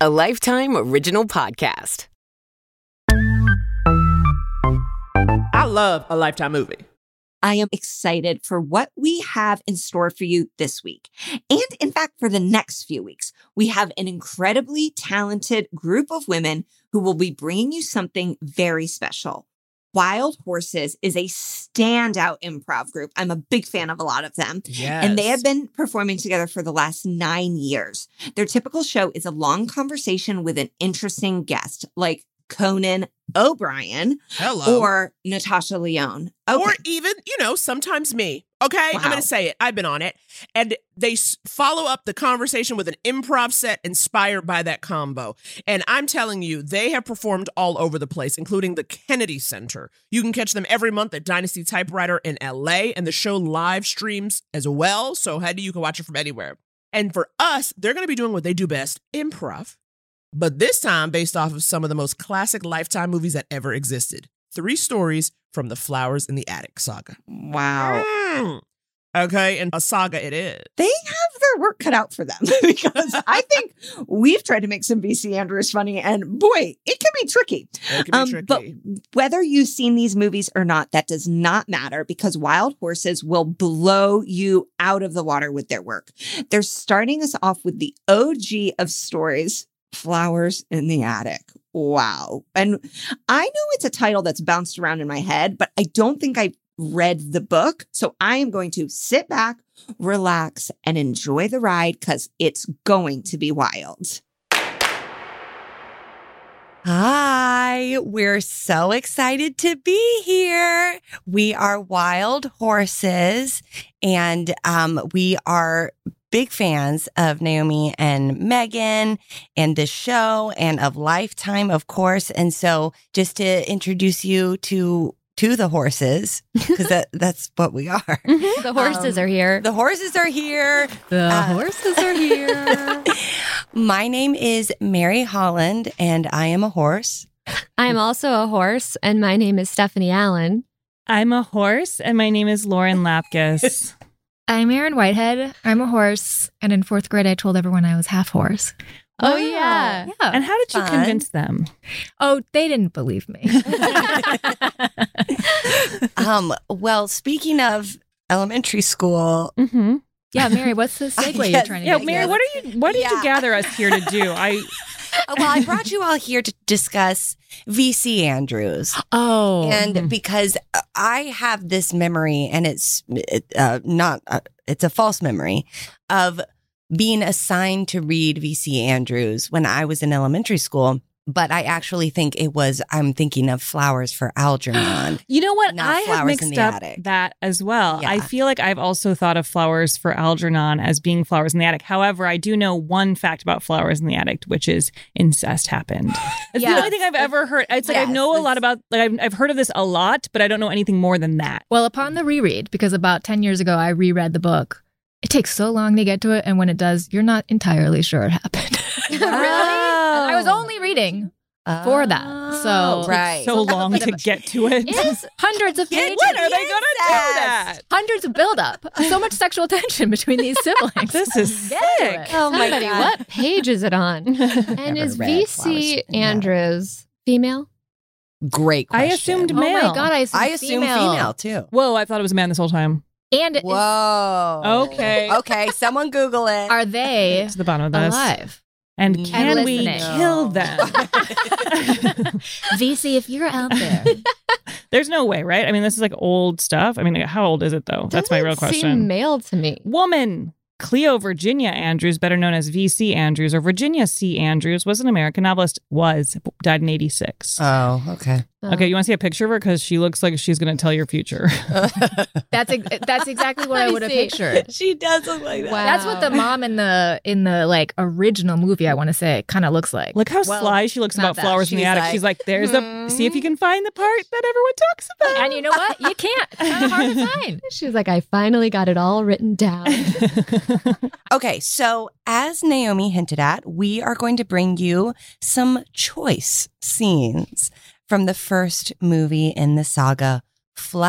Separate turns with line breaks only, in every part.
a Lifetime Original Podcast.
I love a Lifetime movie.
I am excited for what we have in store for you this week. And in fact, for the next few weeks, we have an incredibly talented group of women who will be bringing you something very special. Wild Horses is a standout improv group. I'm a big fan of a lot of them.
Yes.
And they have been performing together for the last nine years. Their typical show is a long conversation with an interesting guest, like Conan O'Brien
Hello.
or Natasha Leone. Okay.
Or even, you know, sometimes me. Okay, I'm
Wow.
going to say it. I've been on it. And they s- follow up the conversation with an improv set inspired by that combo. And I'm telling you, they have performed all over the place, including the Kennedy Center. You can catch them every month at Dynasty Typewriter in LA, and the show live streams as well. So, Heidi, you can watch it from anywhere. And for us, they're going to be doing what they do best improv. but this time based off of some of the most classic Lifetime movies that ever existed. Three stories from the Flowers in the Attic saga.
wow.
Mm. Okay, and a saga it is.
they have their work cut out for them because I think we've tried to make some VC Andrews funny, and boy, it can be tricky.
It can be
Um,
tricky.
but- Whether you've seen these movies or not, that does not matter because Wild Horses will blow you out of the water with their work. They're starting us off with the OG of stories Flowers in the Attic. Wow. And I know it's a title that's bounced around in my head, but I don't think I've read the book. So I am going to sit back, relax, and enjoy the ride because it's going to be wild.
Hi, we're so excited to be here. We are wild horses and um, we are big fans of Naomi and Megan and this show and of Lifetime, of course. And so just to introduce you to to the horses, because that, that's what we are.
The horses
Um,
are here.
The horses are here.
Mm-hmm. The
uh,
horses are here.
My name is Mary Holland and I am a horse.
I'm also a horse, and my name is Stephanie Allen.
I'm a horse, and my name is Lauren Lapkus.
I'm Erin Whitehead. I'm a horse. And in fourth grade, I told everyone I was half horse.
Oh, yeah.
Yeah.
and how did you
Fun.
convince them?
oh, they didn't believe me.
um, well, speaking of elementary school,
Mm-hmm.
yeah, Mary, what's the segue you're
Yes.
trying to
Yeah,
make?
Mary,
here?
what are you? What did
Yeah.
you gather us here to do? I
uh, well, I brought you all here to discuss VC Andrews.
Oh.
And because uh, I have this memory, and it's uh, not, uh, it's a false memory of being assigned to read VC Andrews when I was in elementary school. But I actually think it was, I'm thinking of Flowers for Algernon.
You know what?
Not
I have
flowers in
mixed
the
up
attic.
that as well. I
Yeah.
feel like I've also thought of flowers for Algernon as being flowers in the attic. However, I do know one fact about flowers in the attic, which is incest happened. It's the
Yeah.
only thing I've ever heard. It's like I
Yes,
know a
it's-
lot about. Like I've, I've heard of this a lot, but I don't know anything more than that.
well, upon the reread, because about 10 years ago, I reread the book. It takes so long to get to it. And when it does, you're not entirely sure it happened.
really?
I was only reading for that. So,
Oh, right.
So long
bit
to
of a-
get to it.
it is hundreds of
Get
pages.
what
When are they gonna
Yes.
do that?
Hundreds of buildup. So much sexual tension between these siblings.
This is
Get to
sick.
it.
Oh my
Somebody,
God.
what page is it on? And
Never
is
read
VC
Flowers. No.
Andrews female?
Great
I
question.
assumed
Oh my
male.
God, I assumed,
I assume female,
female.
too.
Whoa, I thought it was a man this whole time.
And it-
Whoa.
Okay.
Okay. Someone Google it.
are they
It's the bottom of this.
alive?
And
Mm.
can
And
we
listening.
kill them?
VC, if you're out there,
There's no way, right? I mean, this is like old stuff. I mean, how old is it though? That's my
Doesn't
real
Seem
question.
male to me.
Woman. Cleo Virginia Andrews, better known as V.C. Andrews or Virginia C. Andrews, was an American novelist. Was died in '86.
Oh, okay.
Uh-huh.
Oh.
okay, you want to see a picture of her because she looks like she's going to tell your future.
that's ex- that's exactly what
Uh, Let
I
me
would have
see.
pictured.
she does look like
Wow.
That's what the mom in the in the like original movie I want to say kind of looks like.
Look how
Well,
sly she looks
not
about
that.
flowers in the
She's
attic.
like,
she's like, "There's the see if you can find the part that everyone talks about."
and you know what? You can't. It's kind of hard to find.
She's like, I finally got it all written down.
Okay, so as Naomi hinted at, we are going to bring you some choice scenes from the first movie in the saga,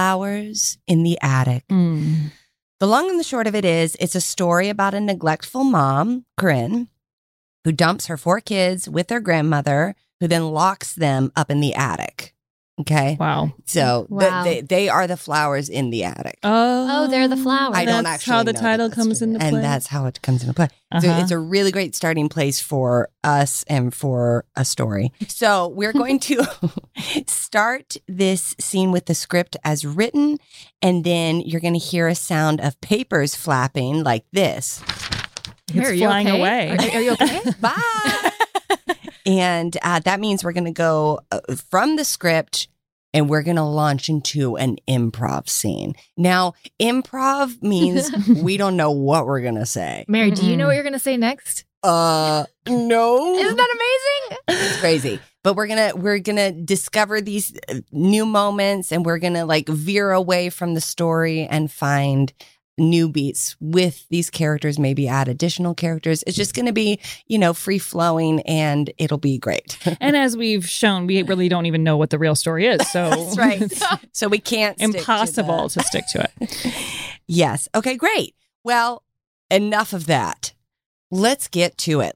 Flowers in the Attic.
Mm.
The long and the short of it is, it's a story about a neglectful mom, Corinne, who dumps her four kids with their grandmother, who then locks them up in the attic. Okay.
Mm, Wow.
So th-
Wow.
they, they are the flowers in the attic.
Oh,
Oh, they're the flowers.
I don't
That's
actually
how the
know that
title
that's
comes
what it
into
is.
play.
And that's how it comes into play. So
Uh-huh.
it's a really great starting place for us and for a story. So we're going to start this scene with the script as written, and then you're going to hear a sound of papers flapping like this.
Mary,
it's
you
flying
okay?
away.
Are, are you okay?
Bye. and uh, that means we're going to go uh, from the script and we're going to launch into an improv scene. Now, improv means we don't know what we're going to say.
Mary, do you know
Mm-mm.
what you're going to say next?
Uh, no.
Isn't that amazing?
it's crazy but we're gonna we're gonna discover these uh, new moments and we're gonna like veer away from the story and find new beats with these characters maybe add additional characters it's just gonna be you know free flowing and it'll be great
and as we've shown, we really don't even know what the real story is. So
That's right.
it's
Oh
so we can't stick to the-
impossible to stick to it.
yes okay great well enough of that let's get to it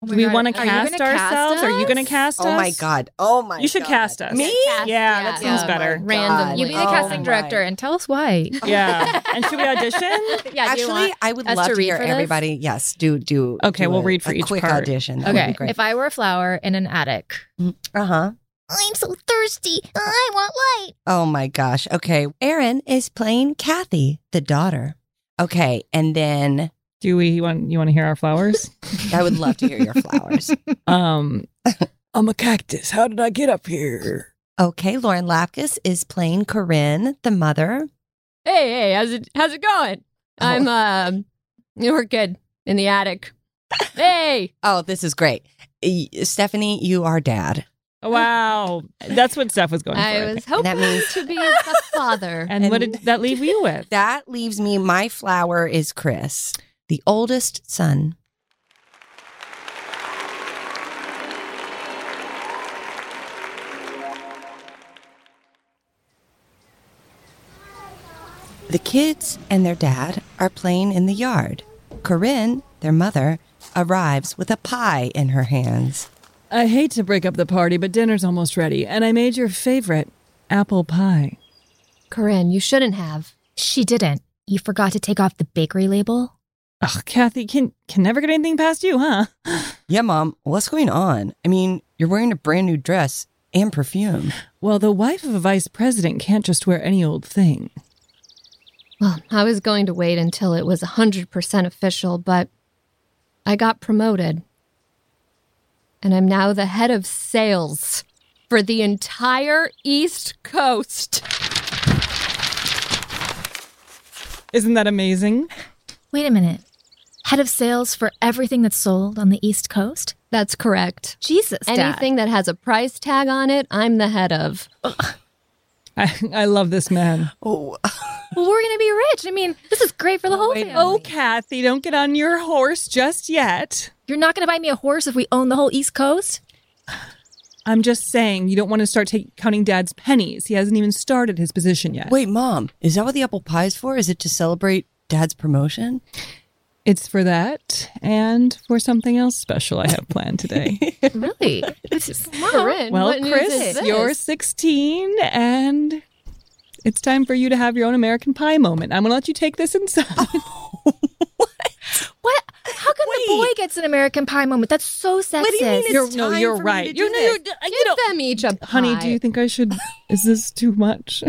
Oh
Do
my
we
God.
want to
Are you gonna
cast ourselves? Are you going to
us?
cast us?
oh my god oh my
You should
God.
cast us.
me
Cast,
Yeah, that
yeah.
sounds better.
Randomly.
You be the
Oh
casting
my.
director and tell us why.
Yeah. and should we audition?
yeah, do you
Actually,
want-
I would
us
love
to
to,
read
hear
for this?
everybody. Yes, do do.
Okay,
do
we'll
a-
read for
a
each
quick
part.
audition. That would
Okay.
be great.
If I were a flower in an attic,
uh huh.
I'm so thirsty. I want light.
Oh my gosh. Okay, Erin is playing Kathy, the daughter. Okay, and then
Do we you want you want to hear our flowers?
I would love to hear your flowers.
um
I'm a cactus. How did I get up here?
Okay, Lauren Lapkus is playing Corinne, the mother.
Hey, hey, how's it how's it going?
Oh.
I'm um we're good in the attic. Hey.
Oh, this is great. Y- Stephanie, you are dad.
wow. That's what Steph was going for. I
I
think.
was hoping
that means-
to be the father.
and, what did that leave you with?
That leaves me. My flower is Chris, the oldest son. The kids and their dad are playing in the yard. Corinne, their mother, arrives with a pie in her hands.
I hate to break up the party, but dinner's almost ready, and I made your favorite apple pie.
Corinne, you shouldn't have.
she didn't. You forgot to take off the bakery label.
Oh, Kathy, can can never get anything past you, huh?
Yeah, Mom, what's going on? I mean, you're wearing a brand new dress and perfume.
Well, the wife of a vice president can't just wear any old thing.
Well, I was going to wait until it was 100% official, but I got promoted. And I'm now the head of sales for the entire East Coast.
Isn't that amazing?
Wait a minute. Head of sales for everything that's sold on the East Coast?
That's correct.
Jesus, Dad.
Anything that has a price tag on it, I'm the head of.
I, I love this man.
Oh,
Well, we're gonna be rich. I mean, this is great for the whole family.
Oh, Kathy, don't get on your horse just yet.
You're not gonna buy me a horse if we own the whole East Coast?
I'm just saying, you don't want to start take, counting Dad's pennies. He hasn't even started his position yet.
wait, Mom, is that what the apple pie is for? Is it to celebrate Dad's promotion?
It's for that and for something else special I have planned today.
Really?
Corinne,
well,
what news is
Chris,
this?
you're 16 and it's time for you to have your own American Pie moment. I'm going to let you take this inside.
what? How come the boy gets an American pie moment? That's so sexist.
do you mean it's-
You're, no,
time
you're
for me
right.
to do
you're, no, you're- you
Give
know-
them each a pie.
honey, do you think I should? Is this too much?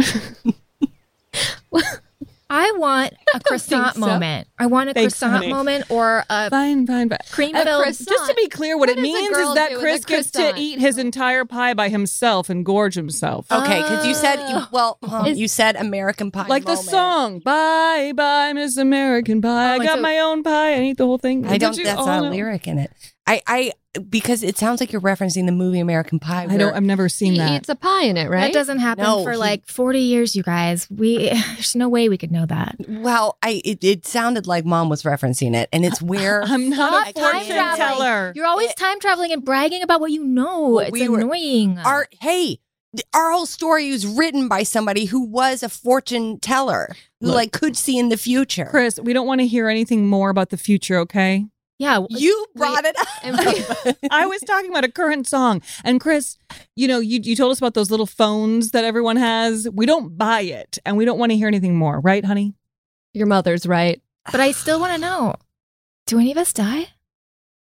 I want a croissant
so.
moment. I want a
Thanks,
croissant
honey.
moment or a
Fine, fine, fine.
cream
A
filled.
croissant.
Just to be clear, what,
What
it
does a
means
girl
is that
do with
Chris
a
gets to
croissant?
eat his entire pie by himself and gorge himself.
Oh,
Okay, because you said you, well, um,
Is-
you said American Pie,
Ah. like
moment.
the song "Bye Bye Miss American Pie."
Oh,
I
like
got
the-
my own pie and eat the whole thing.
I
Did
don't.
you-
That's
oh,
not
no.
a lyric in it. I, I, because it sounds like you're referencing the movie American Pie.
I don't.
where-
I've never seen
He
that.
eats a pie in it, right?
That doesn't happen
No,
for
he-
like 40 years, you guys. We there's no way we could know that.
well, I it, it sounded like mom was referencing it, and it's where
I'm not a
Stop time
fortune
traveling.
teller.
You're always
It-
time traveling and bragging about what you know.
Eh. Well,
it's
we were-
annoying.
our hey. th- Our whole story was written by somebody who was a fortune teller, who
Look.
like could see in the future.
Chris, we don't want to hear anything more about the future, okay?
yeah,
you brought it
And we-
up.
I was talking about a current song. And Chris, you know, you, you told us about those little phones that everyone has. We don't buy it and we don't want to hear anything more, right, honey?
Your mother's right.
but I still want to know. Do any of us die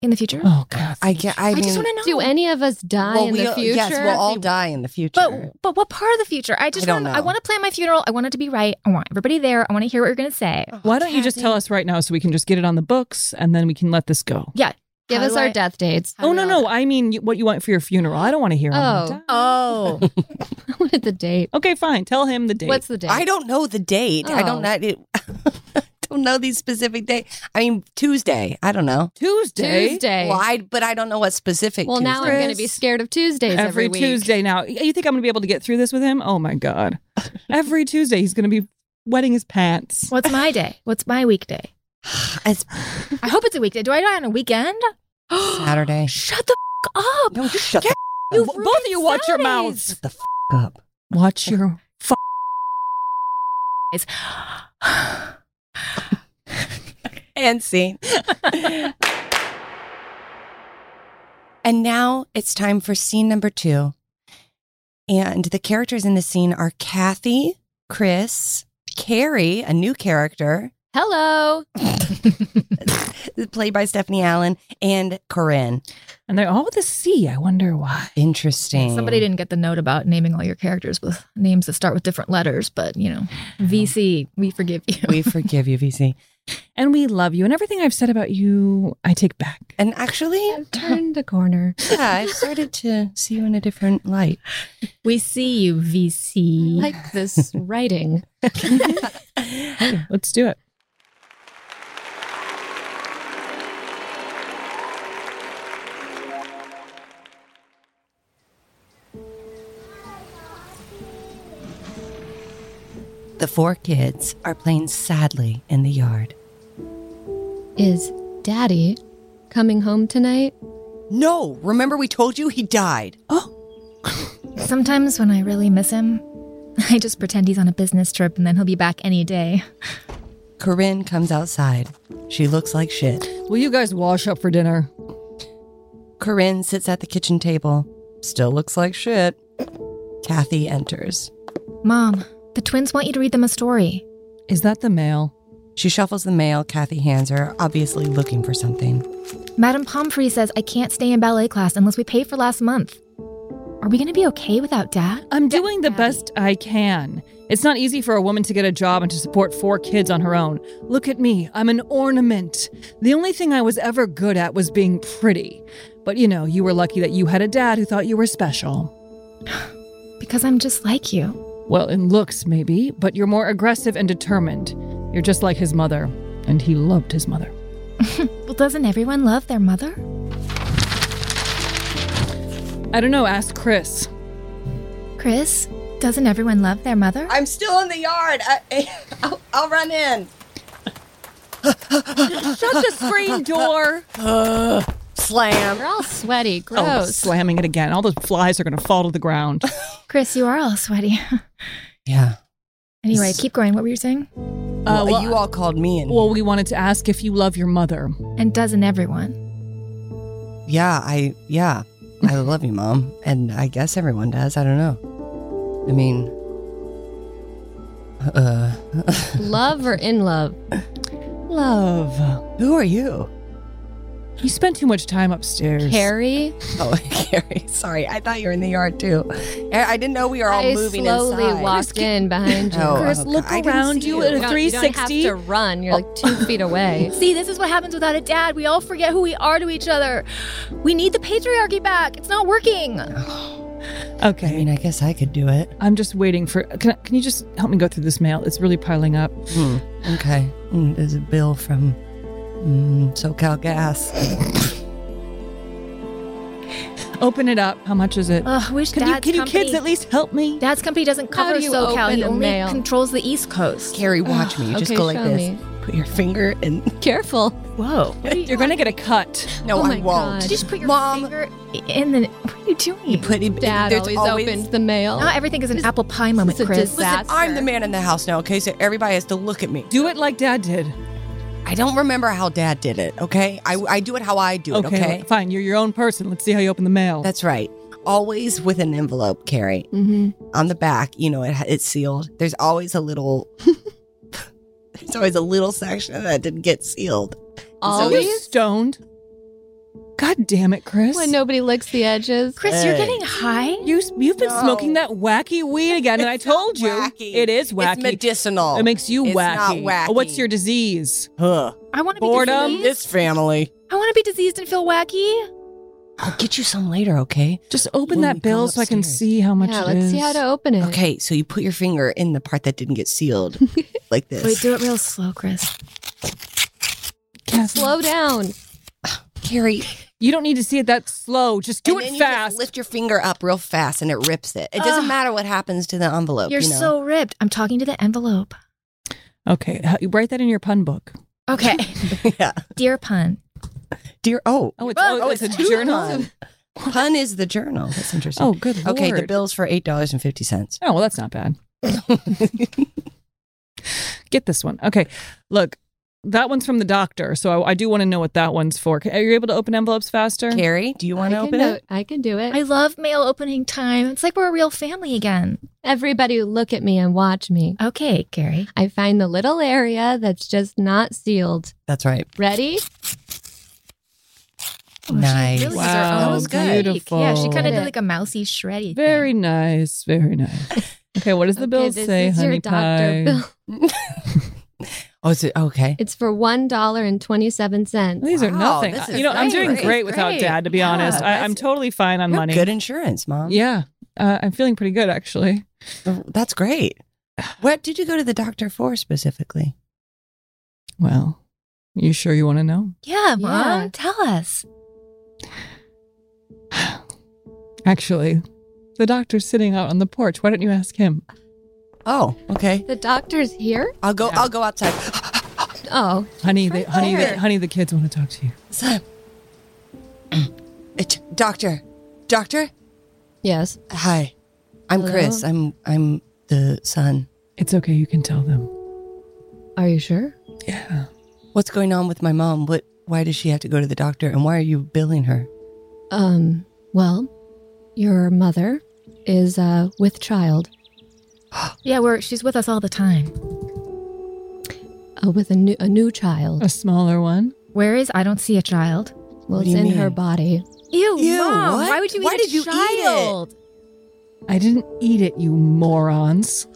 in the future?
Oh, God.
I get. I,
I,
mean,
just want to know.
Do any of us die
well,
in
we-
the future? Oh,
Yes, we'll all die in the future.
But but what part of the future? I just
I don't
want
know.
I want to plan my funeral. I want it to be right. I want everybody there. I want to hear what you're gonna say.
Why don't you just tell us right now so we can just get it on the books and then we can let this go?
Give
How
us
do
our
I-
death dates.
oh, no, no. I mean, you- what you want for your funeral. I don't want to hear on the
Oh.
date.
Oh,
I wanted the date.
Okay, fine. Tell him the date.
What's the date?
I don't know the date. I
Oh.
don't know. It, I don't know the specific date. I mean Tuesday. I don't know.
Tuesday?
Tuesday.
Well, I, but I don't know what specific.
Well, now I'm
Tuesday.
going to be scared of Tuesdays every,
Every,
week.
Tuesday now. You think I'm going to be able to get through this with him? Oh, my God. every Tuesday, he's going to be wetting his pants.
what's my day? What's my weekday?
It's
I hope it's a weekday. Do I die on a weekend?
Saturday.
Shut the f- up.
No, you shut
Yeah,
the,
you
f-
Both of you watch your
Saturdays.
mouths.
shut the f- up.
Watch your
And scene. and now it's time for scene number two. And the characters in the scene are Kathy, Chris, Carrie, a new character,
Hello.
played by Stephanie Allen and Corinne.
And they're all with a C. I wonder why.
Interesting.
Somebody didn't get the note about naming all your characters with names that start with different letters, but you know, VC, we forgive you.
We forgive you, VC.
And we love you. And everything I've said about you, I take back.
And actually,
I've turned the corner.
yeah, I've started to see you in a different light.
we see you,
I
VC.
like this writing.
Let's do it.
The four kids are playing sadly in the yard.
Is Daddy coming home tonight?
No, remember we told you he died.
Sometimes when I really miss him, I just pretend he's on a business trip and then he'll be back any day.
Corinne comes outside. She looks like shit.
Will you guys wash up for dinner?
Corinne sits at the kitchen table. Still looks like shit. Kathy enters.
Mom, the twins want you to read them a story.
Is that the mail?
She shuffles the mail Kathy hands her, obviously looking for something.
Madame Pomfrey says I can't stay in ballet class unless we pay for last month. Are we going to be okay without dad?
I'm doing the
Daddy.
best I can. It's not easy for a woman to get a job and to support four kids on her own. Look at me. I'm an ornament. The only thing I was ever good at was being pretty. But you know, you were lucky that you had a dad who thought you were special.
Because I'm just like you.
Well, in looks, maybe, but you're more aggressive and determined. You're just like his mother, and he loved his mother.
Well, doesn't everyone love their mother?
I don't know, ask Chris.
Chris, doesn't everyone love their mother?
I'm still in the yard. I, I'll, I'll run in.
Shut the screen door.
Slam.
We're all sweaty.
Oh,
Gross.
slamming it again. All those flies are going to fall to the ground.
Chris, you are all sweaty.
Yeah.
anyway, keep going. What were you saying?
Uh, well,
you all called me and
well, we wanted to ask if you love your mother.
And doesn't everyone?
yeah, I yeah, I love you, mom, and I guess everyone does. I don't know. I mean, uh,
Love or in love?
Love.
who are you?
You spent too much time upstairs.
Carrie,
Oh, Carrie, sorry. I thought you were in the yard too. I I didn't know we were all
I
moving
slowly
inside.
walked in behind you.
Oh,
Chris,
okay.
look
I didn't
around
see
you
you.
at a
You don't- you don't have
360.
to run. You're like two feet away.
See, this is what happens without a dad. We all forget who we are to each other. We need the patriarchy back. It's not working.
Okay.
I mean, I guess I could do it.
I'm just waiting for. Can, can you just help me go through this mail? It's really piling up.
Okay. Mm, There's a bill from mm, SoCal Gas.
Open it up. How much is it?
Ugh, wish
can you,
dad's
can you
company,
kids at least help me?
Dad's company doesn't
How
cover
do you
SoCal.
open
He
the
only
mail?
controls the East Coast.
Carrie, watch me. You just
okay,
go like
show
this.
me.
Put your finger in.
Careful.
Whoa.
You're gonna get a cut.
No,
Oh
I
my
won't.
God.
Did you just put your
Mom.
finger in the? What are you doing?
You put it.
Dad
there's
always, opens the mail.
Not everything is an apple pie moment,
it's a
Chris.
disaster.
Listen, I'm the man in the house now. Okay, so everybody has to look at me.
Do it like Dad did.
I don't remember how Dad did it. Okay, I, I do it how I do it. Okay,
Fine. You're your own person. Let's see how you open the mail.
that's right. Always with an envelope, Carrie.
Mm-hmm.
on the back, you know, it, it's sealed. There's always a little, there's always a little section that didn't get sealed.
Are you
Always
stoned? God damn it, Chris.
when nobody licks the edges.
Chris, you're getting high.
You, you've been
No.
smoking that wacky weed again, and I
It's not
told you
wacky.
it is wacky.
It's medicinal.
It makes you
It's
wacky.
not wacky.
Oh, What's your disease?
Huh.
I want to be
Boredom.
diseased.
This family.
I want to be diseased and feel wacky.
I'll get you some later, okay?
Just open
When we
that bill
go
so I can
upstairs.
see how much
yeah,
it
let's see
is.
how to open it.
Okay, so you put your finger in the part that didn't get sealed, like this.
Wait, do it real slow, Chris.
Kathleen,
Slow down.
Carrie,
You don't need to see it that slow. Just do
and then
it
you just
fast.
lift your finger up real fast, and it rips it. It doesn't
Ugh.
matter what happens to the envelope.
You're
you know?
so ripped. I'm talking to the envelope.
okay, h- write that in your pun book.
Okay.
yeah,
Dear pun.
dear. Oh,
Oh, it's, oh, it's, a
two
journal.
Pun. Pun is the journal. That's interesting.
Oh, good
okay, the
lord.
bill's for eight dollars and fifty cents.
Oh, well, that's not bad. Get this one. Okay, look, that one's from the doctor, so I, I do want to know what that one's for. Are you able to open envelopes faster?
Carrie, do you want to
I can
open
do
it?
it. I can do it.
I love mail opening time. It's like we're a real family again.
Everybody look at me and watch me.
Uh.
Okay, Gary.
I find the little area that's just not sealed.
That's right.
Ready?
Oh,
nice.
Oh, Really
Wow.
wow,
That was good. Beautiful.
Yeah, she kind of did like a mousy shreddy.
Very nice. Very nice. Okay, what does the bill
Okay, this
say,
is your
honey
doctor
pie?
bill.
Oh, is it okay?
It's for one dollar and twenty-seven cents.
These are
Wow,
nothing.
this is
You know, I'm doing
great.
great,
Great,
without
great.
dad, to be
Yeah,
honest. I, I'm
that's-
totally fine on
You have
money.
Good insurance, mom.
Yeah, uh, I'm feeling pretty good actually.
That's great. What did you go to the doctor for specifically?
Well, you sure you want to know?
Yeah, mom.
Yeah.
Tell us.
Actually, the doctor's sitting out on the porch. Why don't you ask him?
Oh, okay.
The doctor's here.
I'll go. I'll go outside.
Oh,
Honey, they, honey,
there.
the, honey, the kids want to talk to you.
Son. It- doctor, doctor.
yes.
Hi, I'm
Hello?
Chris. I'm I'm the son.
It's okay. You can tell them.
Are you sure?
Yeah.
What's going on with my mom? What? Why does she have to go to the doctor? And why are you billing her?
Um. Well, your mother is uh with child,
Yeah, we're she's with us all the time.
uh, with a new a new child.
A smaller one.
Where is I don't see a child.
Well,
What do
it's in
you
her
mean?
body.
Ew,
Ew,
mom.
what?
Why would you
Why
eat
did
a
you eat it?
child?
I didn't eat it, you morons.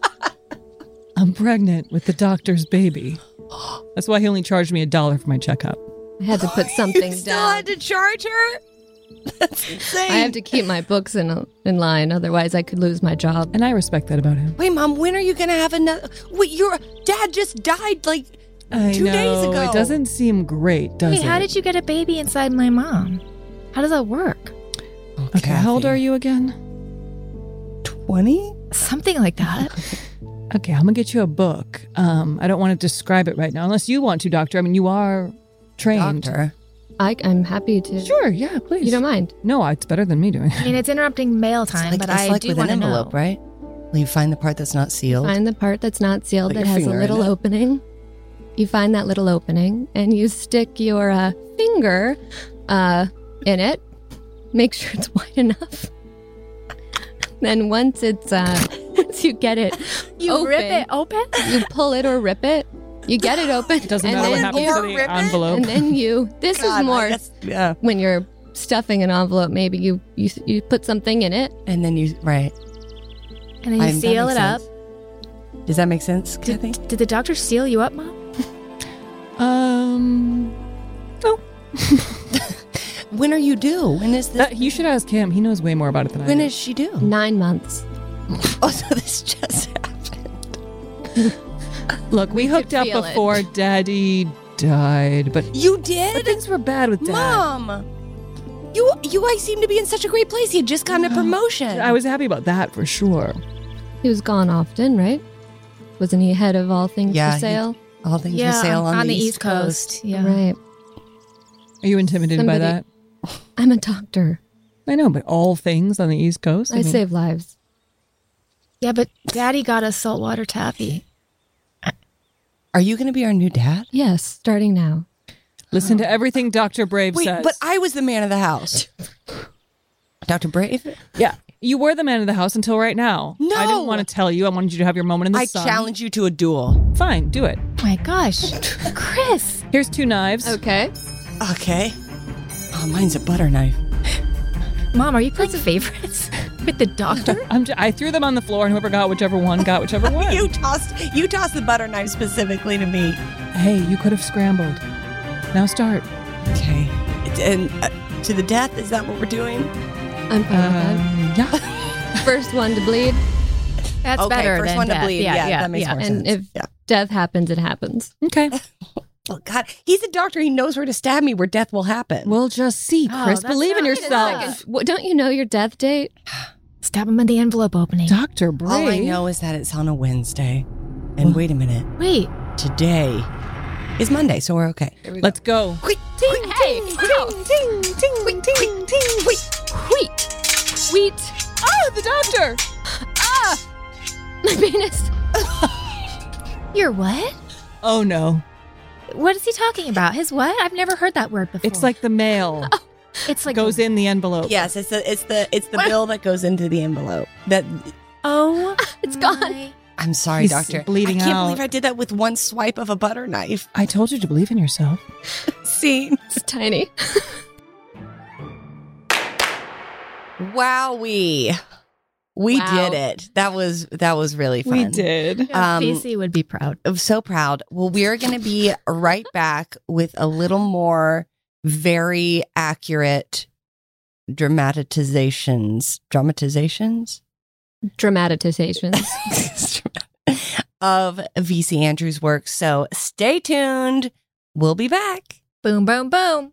I'm pregnant with the doctor's baby. That's why he only charged me a dollar for my checkup.
I had to put something down.
to charge her. That's insane.
I have to keep my books in in line, otherwise I could lose my job.
And I respect that about him.
Wait, mom, when are you gonna have another? Wait, your dad just died. Like,
I
Two days
know,
ago.
It doesn't seem great, does
Wait,
it?
how did you get a baby inside my mom? How does that work?
Okay, how old are you again?
Twenty.
Something like that.
Okay, I'm gonna get you a book. Um, I don't want to describe it right now, unless you want to, doctor. I mean, you are trained.
I, I'm happy to.
Sure, yeah, please.
You don't mind?
No, it's better than me doing it.
I mean, it's interrupting mail time,
it's like,
but I
it's like
do
with an
want to know.
envelope, right? Well, you find the part that's not sealed.
Find the part that's not sealed
Put
that
your
has a
finger in
little
it.
opening. You find that little opening and you stick your uh, finger uh, in it. Make sure it's wide enough. Then once it's uh, once you get it,
You rip
open,
it open?
You pull it or rip it, You get it open.
It doesn't
and
matter what
then
happens
you-
to the envelope.
And then you. This
God, I
is more
guess- yeah.
when you're stuffing an envelope. Maybe you you you put something in it.
And then you right.
And then you
I'm- that
seal it
makes
up.
Does that make sense,
Did,
Kathy?
did the doctor seal you up, Mom?
um,
When are you due? When is this?
that, you should ask him. He knows way more about it than I
when
do.
is she due?
Nine months.
Oh, so this just happened.
Look, we, hooked
could
up
feel it.
before Daddy died, but
You
but
did,
things were bad with Dad.
Mom. You you I seem to be in such a great place. You had just gotten a promotion.
I was happy about that for sure.
He was gone often, right? Wasn't he head of all things
Yeah,
for
he-
sale?
all things for sale on, the, East Coast.
Yeah.
Right.
Are you intimidated by that?
Somebody- I'm a doctor.
I know, but all things on the East Coast.
I,
mean,
save lives.
Yeah, but Daddy got us saltwater taffy.
Are you going to be our new dad?
Yes, starting now.
Listen to everything Doctor Brave
"Oh." Wait,
says.
but I was the man of the house. Dr. Brave?
yeah, you were the man of the house until right now. I
No!
didn't want to tell you. I wanted you to have your moment in the
I
sun.
challenge you to a duel.
Fine, do it.
Oh my gosh, Chris!
Here's two knives.
Okay.
Okay. Oh, mine's a butter knife.
Mom, are you playing favorites with the doctor?
I'm j- I threw them on the floor, and whoever got whichever one got whichever one.
You tossed you tossed the butter knife specifically to me.
Hey, you could have scrambled. Now start.
Okay. And uh, to the death, is that what we're doing?
I'm fine
Oh
Um,
with
yeah.
that. First one to bleed.
That's
okay,
better
first
than
one
death.
to bleed. Yeah,
yeah,
that makes
yeah.
more
And
sense.
if-
yeah.
Death happens, it happens.
Okay.
Oh God, he's a doctor. He knows where to stab me where death will happen.
We'll just see,
Oh,
Chris.
that's
Believe in
not-
yourself.
Second.
What, don't you know your death date?
Stab him in the envelope opening.
Dr. Brave.
All I know is that it's on a Wednesday. And wait a minute,
Wait,
today is Monday, so we're okay.
Let's go.
Quick,
Ting, hey, wow.
ting, ting, ting, ting, ting, quick.
Wheat. Wheat.
Oh, the doctor.
Ah! My penis.
you're what?
Oh, no.
What is he talking about? His what? I've never heard that word before.
It's
Oh.
like the mail
it's like
goes in the envelope.
Yes, it's the it's the it's the bill that goes into the envelope. That
Oh,
It's gone.
my-
I'm sorry,
He's
doctor.
bleeding
I can't
out.
believe I did that with one swipe of a butter knife.
I told you to believe in yourself.
See,
It's tiny.
wowie, we
Wow.
did it. That was that was really fun.
did.
Yeah,
Um,
Casey would be proud.
I'm so proud. Well, we're going to be right back with a little more very accurate dramatizations, dramatizations
Dramatizations.
of VC Andrews' work. So stay tuned. We'll be back.
Boom, boom, boom.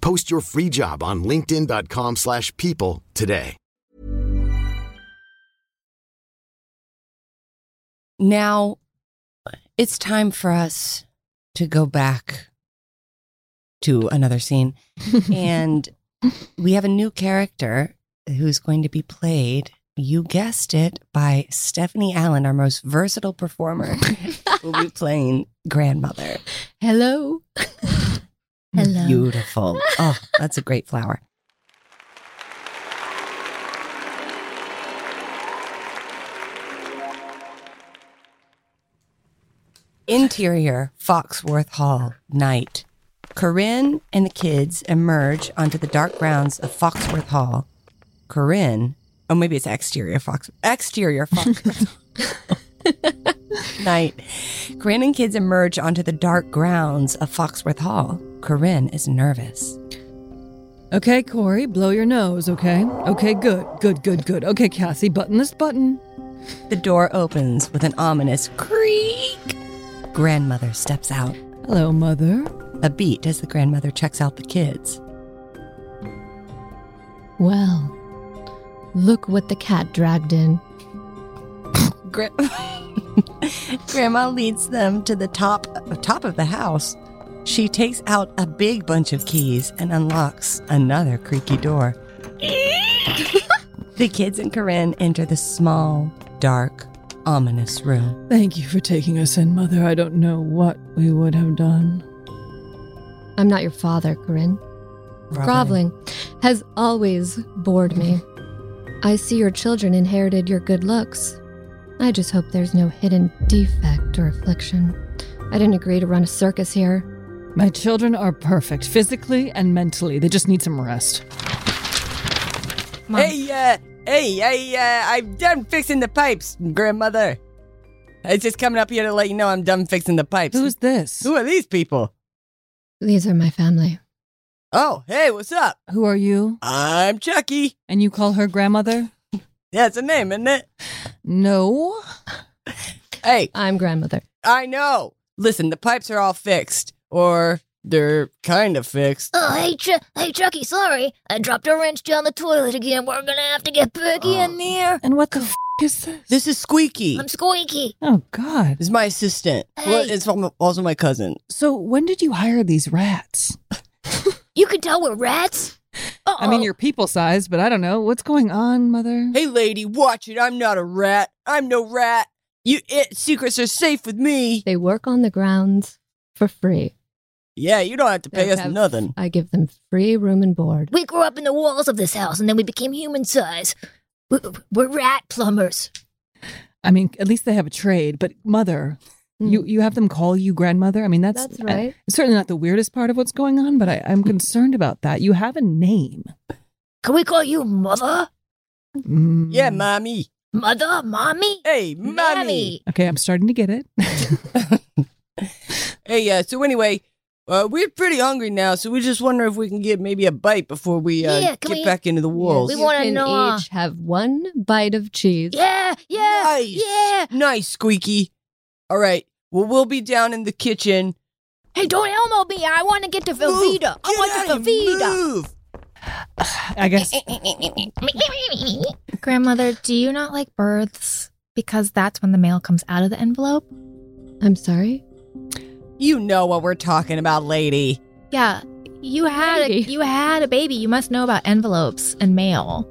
Post your free job on linkedin.com/people slash people today.
Now it's time for us to go back to another scene. and we have a new character who's going to be played. You guessed it by Stephanie Allen, our most versatile performer, who will be playing grandmother.
Hello. Hello.
Beautiful. Oh, that's a great flower. Interior Foxworth Hall, night. Corinne and the kids emerge onto the dark grounds of Foxworth Hall. Corinne, oh, maybe it's exterior Fox, exterior Foxworth. night. Corinne and kids emerge onto the dark grounds of Foxworth Hall. Corinne is nervous.
Okay, Corey, blow your nose, okay? Okay, good, good, good, good. Okay, Cassie, button this button.
The door opens with an ominous creak. Grandmother steps out.
Hello, Mother.
A beat as the grandmother checks out the kids.
Well, look what the cat dragged in.
Gra- Grandma leads them to the top top of the house. She takes out a big bunch of keys and unlocks another creaky door. the kids and Corinne enter the small, dark, ominous room.
Thank you for taking us in, Mother. I don't know what we would have done.
I'm not your father, Corinne. Groveling has always bored me. I see your children inherited your good looks. I just hope there's no hidden defect or affliction. I didn't agree to run a circus here.
My children are perfect, physically and mentally. They just need some rest.
Mom. Hey, uh, hey, hey, uh, I'm done fixing the pipes, grandmother. I was just coming up here to let you know I'm done fixing the pipes.
Who's this?
Who are these people?
These are my family.
Oh, hey, what's up?
Who are you?
I'm Chucky.
And you call her grandmother?
That's a name, isn't it?
No.
Hey,
I'm grandmother.
I know. Listen, the pipes are all fixed, or they're kind of fixed.
Oh, hey, Ch- hey, Chucky, sorry. I dropped a wrench down the toilet again. We're gonna have to get Peggy
Oh.
in there.
And what the f- is this?
This is Squeaky.
I'm squeaky.
Oh, God.
This is my assistant. Well,
Hey.
it's al- also my cousin.
So, when did you hire these rats?
You can tell we're rats. Uh-oh.
I
Oh.
mean, you're people sized, but I don't know. What's going on, Mother?
Hey, lady, watch it. I'm not a rat. I'm no rat. You, it, secrets are safe with me.
They work on the grounds for free.
Yeah, you don't have to
They
pay us
have-
nothing.
I give them free room and board.
we grew up in the walls of this house, and then we became human size. We- We're rat plumbers.
I mean, at least they have a trade, but Mother. You, you have them call you grandmother? I mean, that's,
That's right.
It's certainly not the weirdest part of what's going on, but I, I'm concerned about that. You have a name.
Can we call you mother,
Mm.
Yeah, mommy.
mother, mommy,
Hey, mommy.
mommy?
Okay, I'm starting to get it.
Hey, yeah. So anyway, uh, we're pretty hungry now, so we just wonder if we can get maybe a bite before we uh,
Yeah,
get
can we-
back into the walls.
we want- wanna
You can
know, uh,
each have one bite of cheese.
Yeah, yeah,
Nice.
yeah.
Nice, Squeaky. All right. Well, we'll be down in the kitchen.
Hey, don't Elmo me. I want to get to
Move.
Velveeta. I
Get
want
out
to
of
Velveeta.
here. Move.
I guess
Grandmother, do you not like births? Because that's when the mail comes out of the envelope.
I'm sorry.
You know what we're talking about, lady.
Yeah, you had a,
Lady.
you had a baby. You must know about envelopes and mail.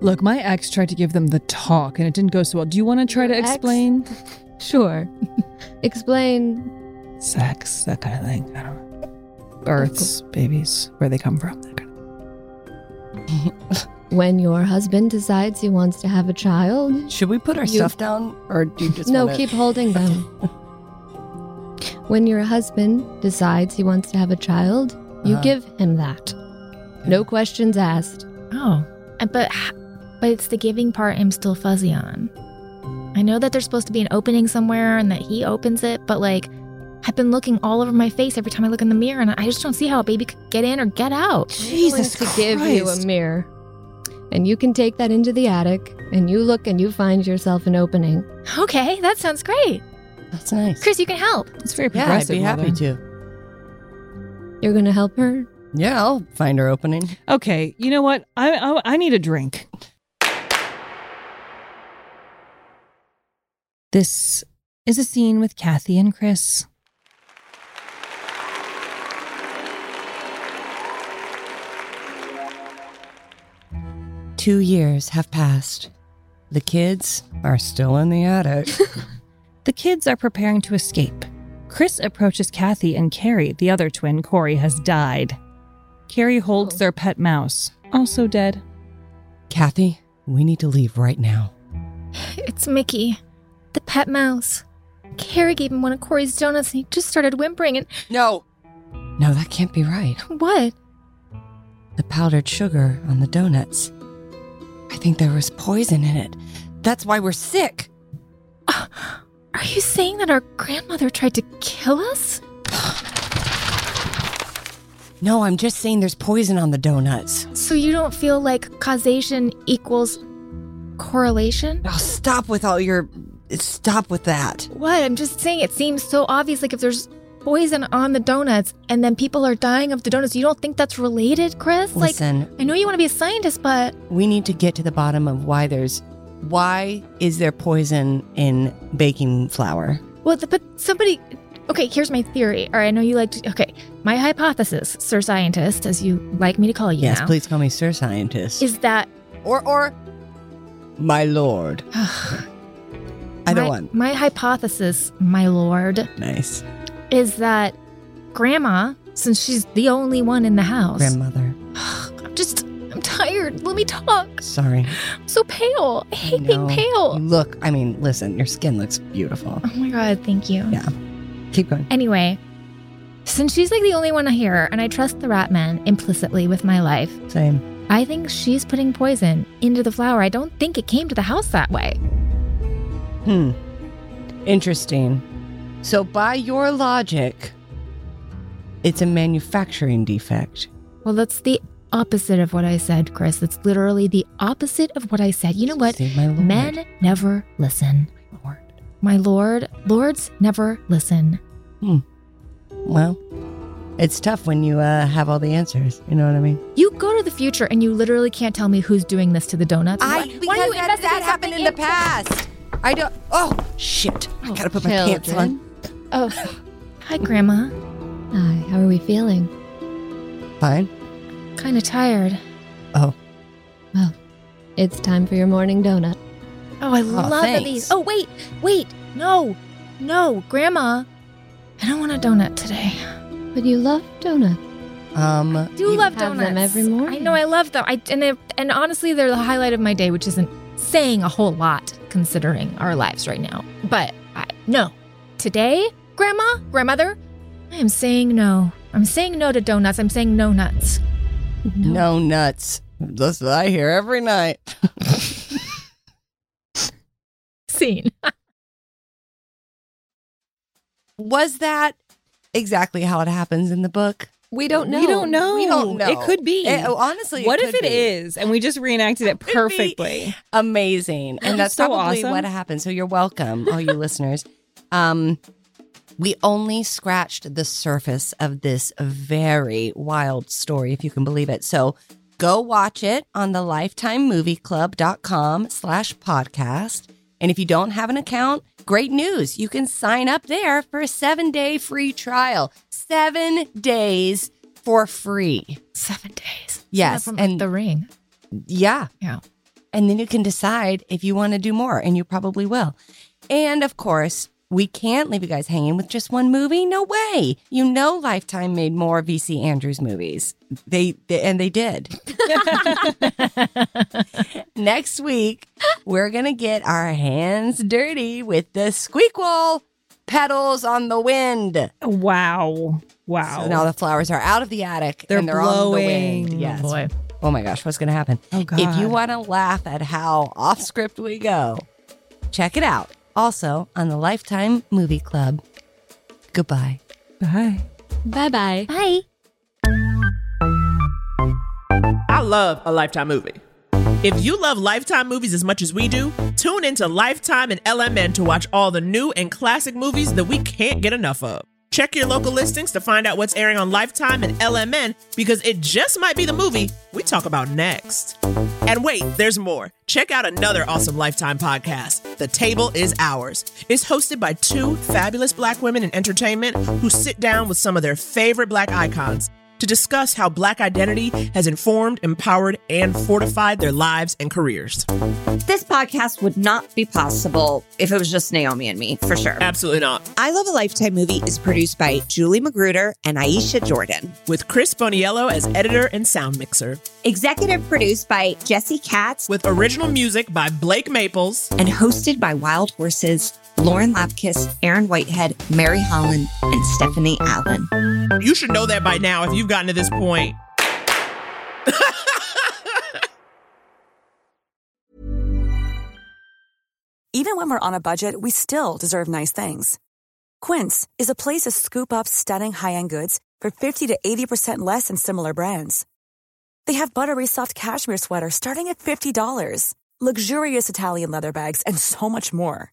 Look, my ex tried to give them the talk and it didn't go so well. Do you want to try to
Your ex?
explain
Sure. Explain.
sex, that kind of thing? I don't know. Births, babies, where they come from. That kind of
When your husband decides he wants to have a child,
Should we put our
You-
stuff down, or do you just
no,
wanna-
keep holding them. when your husband decides he wants to have a child, you
Uh-huh.
give him that. No questions asked.
Oh, Uh, but h- but it's the giving part I'm still fuzzy on. I know that there's supposed to be an opening somewhere and that he opens it, but like I've been looking all over my face every time I look in the mirror, and I just don't see how a baby could get in or get out.
Jesus
to give you a
Christ.
mirror. And you can take that into the attic and you look and you find yourself an opening.
Okay, that sounds great.
That's nice.
Chris, you can help.
It's very
yeah, I'd
progressive.
be happy
mother.
to.
You're going to help her?
Yeah, I'll find our opening.
Okay, you know what? I, I I need a drink. This is a scene with Kathy and Chris.
Two years have passed. The kids are still in the attic.
The kids are preparing to escape. Chris approaches Kathy and Carrie, the other twin, Corey, has died. Carrie holds
Oh.
their pet mouse, also dead.
Kathy, we need to leave right now.
It's Mickey, the pet mouse. Carrie gave him one of Corey's donuts, and he just started whimpering. And
No. No, that can't be right.
what?
The powdered sugar on the donuts. I think there was poison in it. That's why we're sick.
Are you saying that our grandmother tried to kill us?
No, I'm just saying there's poison on the donuts.
So you don't feel like causation equals correlation?
Oh, stop with all your. Stop with that.
What? I'm just saying it seems so obvious. Like if there's poison on the donuts and then people are dying of the donuts, you don't think that's related, Chris?
Listen.
like I know you want to be a scientist, but
We need to get to the bottom of why there's. Why is there poison in baking flour?
well, the, but somebody. Okay, here's my theory. All right, I know you like to. Okay, my hypothesis, sir scientist, as you like me to call you
yes,
now,
please call me Sir Scientist.
is that
or or my lord. Either
my,
one.
My hypothesis, my lord,
Nice.
is that grandma, since she's the only one in the house,
Grandmother.
I'm just, I'm tired. Let me talk.
Sorry.
I'm so pale. I hate being
No.
pale.
You Look, I mean, listen, your skin looks beautiful.
Oh my God, thank you.
Yeah. Keep going.
Anyway, since she's like the only one here, and I trust the rat man implicitly with my life,
Same.
I think she's putting poison into the flour. I don't think it came to the house that way.
Hmm. Interesting. So by your logic, it's a manufacturing defect.
Well, that's the opposite of what I said, Chris. That's literally the opposite of what I said. You know what?
See, my lord.
Men never listen.
Lord.
My lord, lords never listen.
Hmm. Well, it's tough when you uh, have all the answers. You know what I mean?
You go to the future and you literally can't tell me who's doing this to the donuts.
I
Why-
because
why don't you
that,
investigate
that happened in
something
the past. I don't. Oh shit! I gotta put my pants on.
Oh, hi, Grandma.
Hi, how are we feeling?
Fine.
Kind of tired.
Oh,
Well, it's time for your morning donut.
Oh, I love
thanks.
these. Oh, wait, wait. No, no, Grandma. I don't want a donut today.
But you love donuts.
um,
Do
You
love
have them
donuts
every
I
morning.
know I love them. I and they, and honestly, they're the highlight of my day, which isn't saying a whole lot considering our lives right now. But I no, today, Grandma, grandmother, I am saying no. I'm saying no to donuts. I'm saying no nuts.
no nuts. That's what I hear every night.
Scene.
Was that exactly how it happens in the book?
We don't know.
We don't know.
We don't know.
It could be.
It- honestly,
what if
it
it
could
is?
be.
And we just reenacted it
Could be
perfectly.
amazing and that's
So
probably
awesome.
what happened so you're welcome all you listeners um we only scratched the surface of this very wild story if you can believe it so go watch it on the lifetimemovieclub.com slash podcast and if you don't have an account great news you can sign up there for a seven day free trial seven days for free
Seven days.
Yes,
From
and-
the ring.
yeah
Yeah.
and then you can decide if you want to do more, and you probably will. And of course, we can't leave you guys hanging with just one movie. No way. You know, Lifetime made more VC Andrews movies. They, they and they did. Next week, we're gonna get our hands dirty with the squeak wall petals on the wind.
Wow. Wow.
So now the flowers are out of the attic
They're
and they're on the wind.
blowing.
Yes. Oh my gosh, what's going to happen?
Oh,
If you
God.
want to laugh at how off script we go, check it out. Also on the Lifetime Movie Club. Goodbye.
Bye.
Bye bye.
Bye.
I love a Lifetime movie. If you love Lifetime movies as much as we do, tune into Lifetime and LMN to watch all the new and classic movies that we can't get enough of. Check your local listings to find out what's airing on Lifetime and LMN because it just might be the movie we talk about next. And wait, there's more. Check out another awesome Lifetime podcast, The Table is Ours. It's hosted by two fabulous black women in entertainment who sit down with some of their favorite black icons to discuss how black identity has informed, empowered, and fortified their lives and careers.
This podcast would not be possible if it was just Naomi and me, for sure.
Absolutely not.
I Love a Lifetime movie is produced by Julie Magruder and Aisha Jordan.
With Chris Boniello as editor and sound mixer,
Executive produced by Jesse Katz
with original music by Blake Maples.
and hosted by Wild Horses, Lauren Lapkus, Aaron Whitehead, Mary Holland, and Stephanie Allen.
You should know that by now if you've gotten to this point.
Even when we're on a budget, we still deserve nice things. Quince is a place to scoop up stunning high-end goods for 50 to 80% less than similar brands. They have buttery soft cashmere sweaters starting at $50, luxurious Italian leather bags, and so much more.